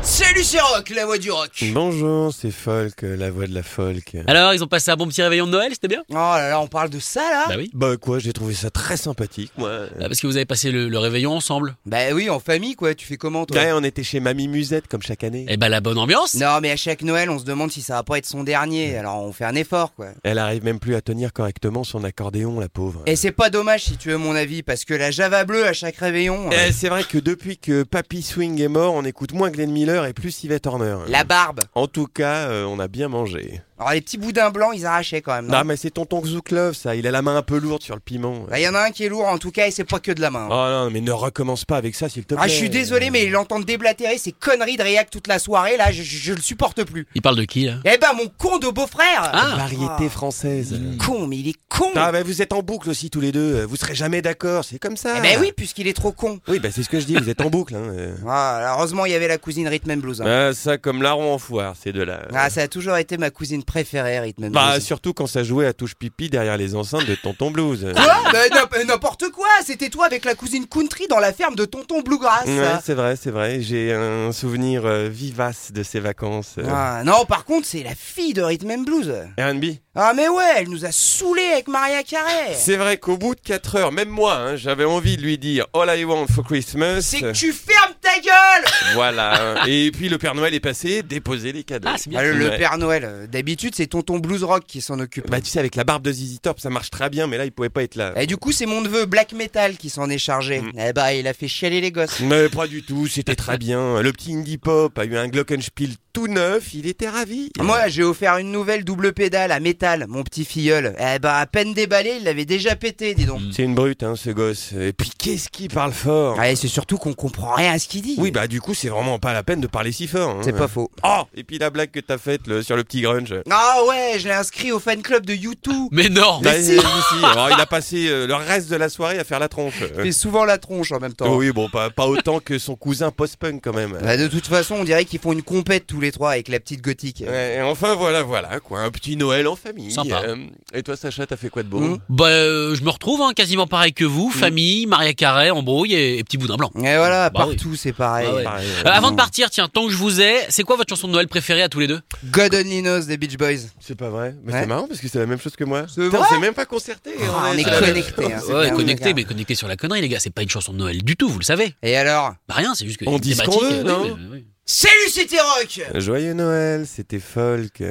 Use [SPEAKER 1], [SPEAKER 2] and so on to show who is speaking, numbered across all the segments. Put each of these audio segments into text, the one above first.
[SPEAKER 1] Salut c'est Rock, la voix du rock
[SPEAKER 2] Bonjour, c'est Folk, euh, la voix de la folk.
[SPEAKER 3] Alors, ils ont passé un bon petit réveillon de Noël, c'était bien
[SPEAKER 1] Oh là là, on parle de ça là
[SPEAKER 3] Bah oui.
[SPEAKER 2] Bah quoi, j'ai trouvé ça très sympathique, moi.
[SPEAKER 3] Ah, parce que vous avez passé le, le réveillon ensemble.
[SPEAKER 1] Bah oui, en famille quoi, tu fais comment toi
[SPEAKER 2] Ouais, Bah, on était chez Mamie Musette comme chaque année.
[SPEAKER 3] Eh bah, la bonne ambiance
[SPEAKER 1] Non mais à chaque Noël on se demande si ça va pas être son dernier, alors on fait un effort quoi.
[SPEAKER 2] Elle arrive même plus à tenir correctement son accordéon, la pauvre.
[SPEAKER 1] Et c'est pas dommage si tu veux mon avis, parce que la Java bleue à chaque réveillon, euh,
[SPEAKER 2] Eh, c'est vrai que depuis que Papy Swing est mort, on écoute moins Glenn Miller et plus Yvette Horner.
[SPEAKER 1] la barbe.
[SPEAKER 2] En tout cas, euh, on a bien mangé.
[SPEAKER 1] Alors les petits boudins blancs ils arrachaient quand même.
[SPEAKER 2] Non,
[SPEAKER 1] Non
[SPEAKER 2] mais c'est tonton Zouklov, ça. Il a la main un peu lourde sur le piment.
[SPEAKER 1] Bah y en a un qui est lourd en tout cas et c'est pas que de la main.
[SPEAKER 2] Oh
[SPEAKER 1] hein.
[SPEAKER 2] non, mais ne recommence pas avec ça, Oh, s'il te plaît.
[SPEAKER 1] Ah je suis désolé mais l'entendre déblatérer ces conneries de réac toute la soirée là, je, je- je le supporte plus.
[SPEAKER 3] Il parle de qui, là
[SPEAKER 1] Eh ben mon con de beau-frère
[SPEAKER 3] Ah.
[SPEAKER 2] Variété française.
[SPEAKER 1] Con mais il est con
[SPEAKER 2] Ah, bah vous êtes en boucle aussi tous les deux. Vous serez jamais d'accord, c'est comme ça.
[SPEAKER 1] Eh ben oui puisqu'il est trop con.
[SPEAKER 2] Oui, bah c'est ce que je dis, vous êtes en boucle. Hein. euh.
[SPEAKER 1] Ah, heureusement il y avait la cousine Rhythm and Blues. hein.
[SPEAKER 2] Ah, ça, comme larron en foire, ces deux-là.
[SPEAKER 1] Ah, ça a toujours été ma cousine préférée, Rhythm and
[SPEAKER 2] bah,
[SPEAKER 1] Blues.
[SPEAKER 2] surtout quand ça jouait à touche pipi derrière les enceintes de Tonton Blues.
[SPEAKER 1] Quoi Mais n'im- euh, N'importe quoi C'était toi avec la cousine Country dans la ferme de Tonton Bluegrass
[SPEAKER 2] ouais, c'est vrai, c'est vrai. J'ai un souvenir euh, vivace de ces vacances. euh.
[SPEAKER 1] Ah, Non, par contre, c'est la fille de Rhythm and Blues
[SPEAKER 2] R&B.
[SPEAKER 1] Ah mais ouais, elle nous a saoulés avec Maria Carey
[SPEAKER 2] C'est vrai qu'au bout de 4 heures, même moi, hein, j'avais envie de lui dire All I want for Christmas.
[SPEAKER 1] C'est que tu fermes ta gueule
[SPEAKER 2] Voilà. hein. Et puis le Père Noël est passé, déposer les cadeaux.
[SPEAKER 3] Ah, c'est bien.
[SPEAKER 1] Ah, le, le
[SPEAKER 2] Ouais.
[SPEAKER 1] Père Noël, euh, d'habitude, c'est Tonton Blues Rock qui s'en occupe.
[SPEAKER 2] Bah, tu sais, avec la barbe de Zizi Top, ça marche très bien, mais là, il pouvait pas être là.
[SPEAKER 1] Et du coup, c'est mon neveu Black Metal qui s'en est chargé.
[SPEAKER 2] Mm.
[SPEAKER 1] Eh bah, il a fait chialer les gosses.
[SPEAKER 2] Mais pas du tout, c'était très bien. Le petit indie pop a eu un Glockenspiel tout neuf, il était ravi.
[SPEAKER 1] Ah, Moi, j'ai offert une nouvelle double pédale à Metal, mon petit filleul. Eh bah, à peine déballé, il l'avait déjà pété, dis donc.
[SPEAKER 2] C'est une brute, hein, ce gosse. Et puis, qu'est-ce qui parle fort
[SPEAKER 1] Ouais, c'est surtout qu'on comprend rien à ce qu'il dit.
[SPEAKER 2] Mm. Oui, bah du coup, c'est vraiment pas la peine de parler si fort. hein.
[SPEAKER 1] c'est pas faux.
[SPEAKER 2] Oh Et puis la blague que t'as faite le- sur le petit grunge.
[SPEAKER 1] Ah ouais, je l'ai inscrit au fan club de YouTube.
[SPEAKER 3] Mais non
[SPEAKER 2] Bah,
[SPEAKER 1] si.
[SPEAKER 2] euh, si. Alors, il a passé euh, le reste de la soirée à faire la tronche.
[SPEAKER 1] Il fait souvent la tronche en même temps.
[SPEAKER 2] oui, bon, pas, pas autant que son cousin post-punk quand même.
[SPEAKER 1] Bah, de toute façon, on dirait qu'ils font une compète tous les trois avec la petite gothique.
[SPEAKER 2] Ouais, et enfin, voilà, voilà, quoi. Un petit Noël en famille.
[SPEAKER 3] Sympa.
[SPEAKER 2] Euh, et toi, Sacha, t'as fait quoi de beau
[SPEAKER 1] Mmh.
[SPEAKER 3] Bah, euh, je me retrouve hein, quasiment pareil que vous, famille, Maria Carré, embrouille et, et petit boudin blanc.
[SPEAKER 1] Et voilà,
[SPEAKER 3] Bah oui.
[SPEAKER 1] partout c'est pareil.
[SPEAKER 3] Ah ouais.
[SPEAKER 2] Pareil,
[SPEAKER 3] Euh,
[SPEAKER 2] euh,
[SPEAKER 3] avant de partir, tiens, tant que je vous ai, c'est quoi votre chanson de Noël préférée à tous les deux
[SPEAKER 1] God Only Knows des Beach Boys.
[SPEAKER 2] C'est pas vrai. Mais
[SPEAKER 1] Ouais.
[SPEAKER 2] c'est marrant parce que c'est la même chose que moi.
[SPEAKER 1] C'est
[SPEAKER 2] Putain,
[SPEAKER 1] vrai
[SPEAKER 2] on s'est même pas concerté.
[SPEAKER 1] Ah, on est
[SPEAKER 2] sur la même
[SPEAKER 1] connectés,
[SPEAKER 2] chose.
[SPEAKER 1] hein, c'est
[SPEAKER 3] Euh, Ouais,
[SPEAKER 1] bien.
[SPEAKER 3] connecté,
[SPEAKER 1] Oui,
[SPEAKER 3] mais connecté sur la connerie, les gars. C'est pas une chanson de Noël du tout, vous le savez.
[SPEAKER 1] Et alors
[SPEAKER 3] Bah rien, c'est juste que.
[SPEAKER 2] On
[SPEAKER 3] une
[SPEAKER 2] dit ce
[SPEAKER 3] thématique,
[SPEAKER 2] qu'on veut,
[SPEAKER 3] euh, oui,
[SPEAKER 2] non
[SPEAKER 3] mais- oui.
[SPEAKER 1] Salut, c'était Rock
[SPEAKER 2] Joyeux Noël, c'était folk.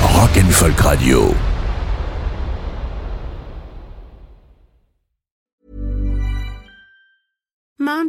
[SPEAKER 4] Rock and Folk Radio.
[SPEAKER 5] Mom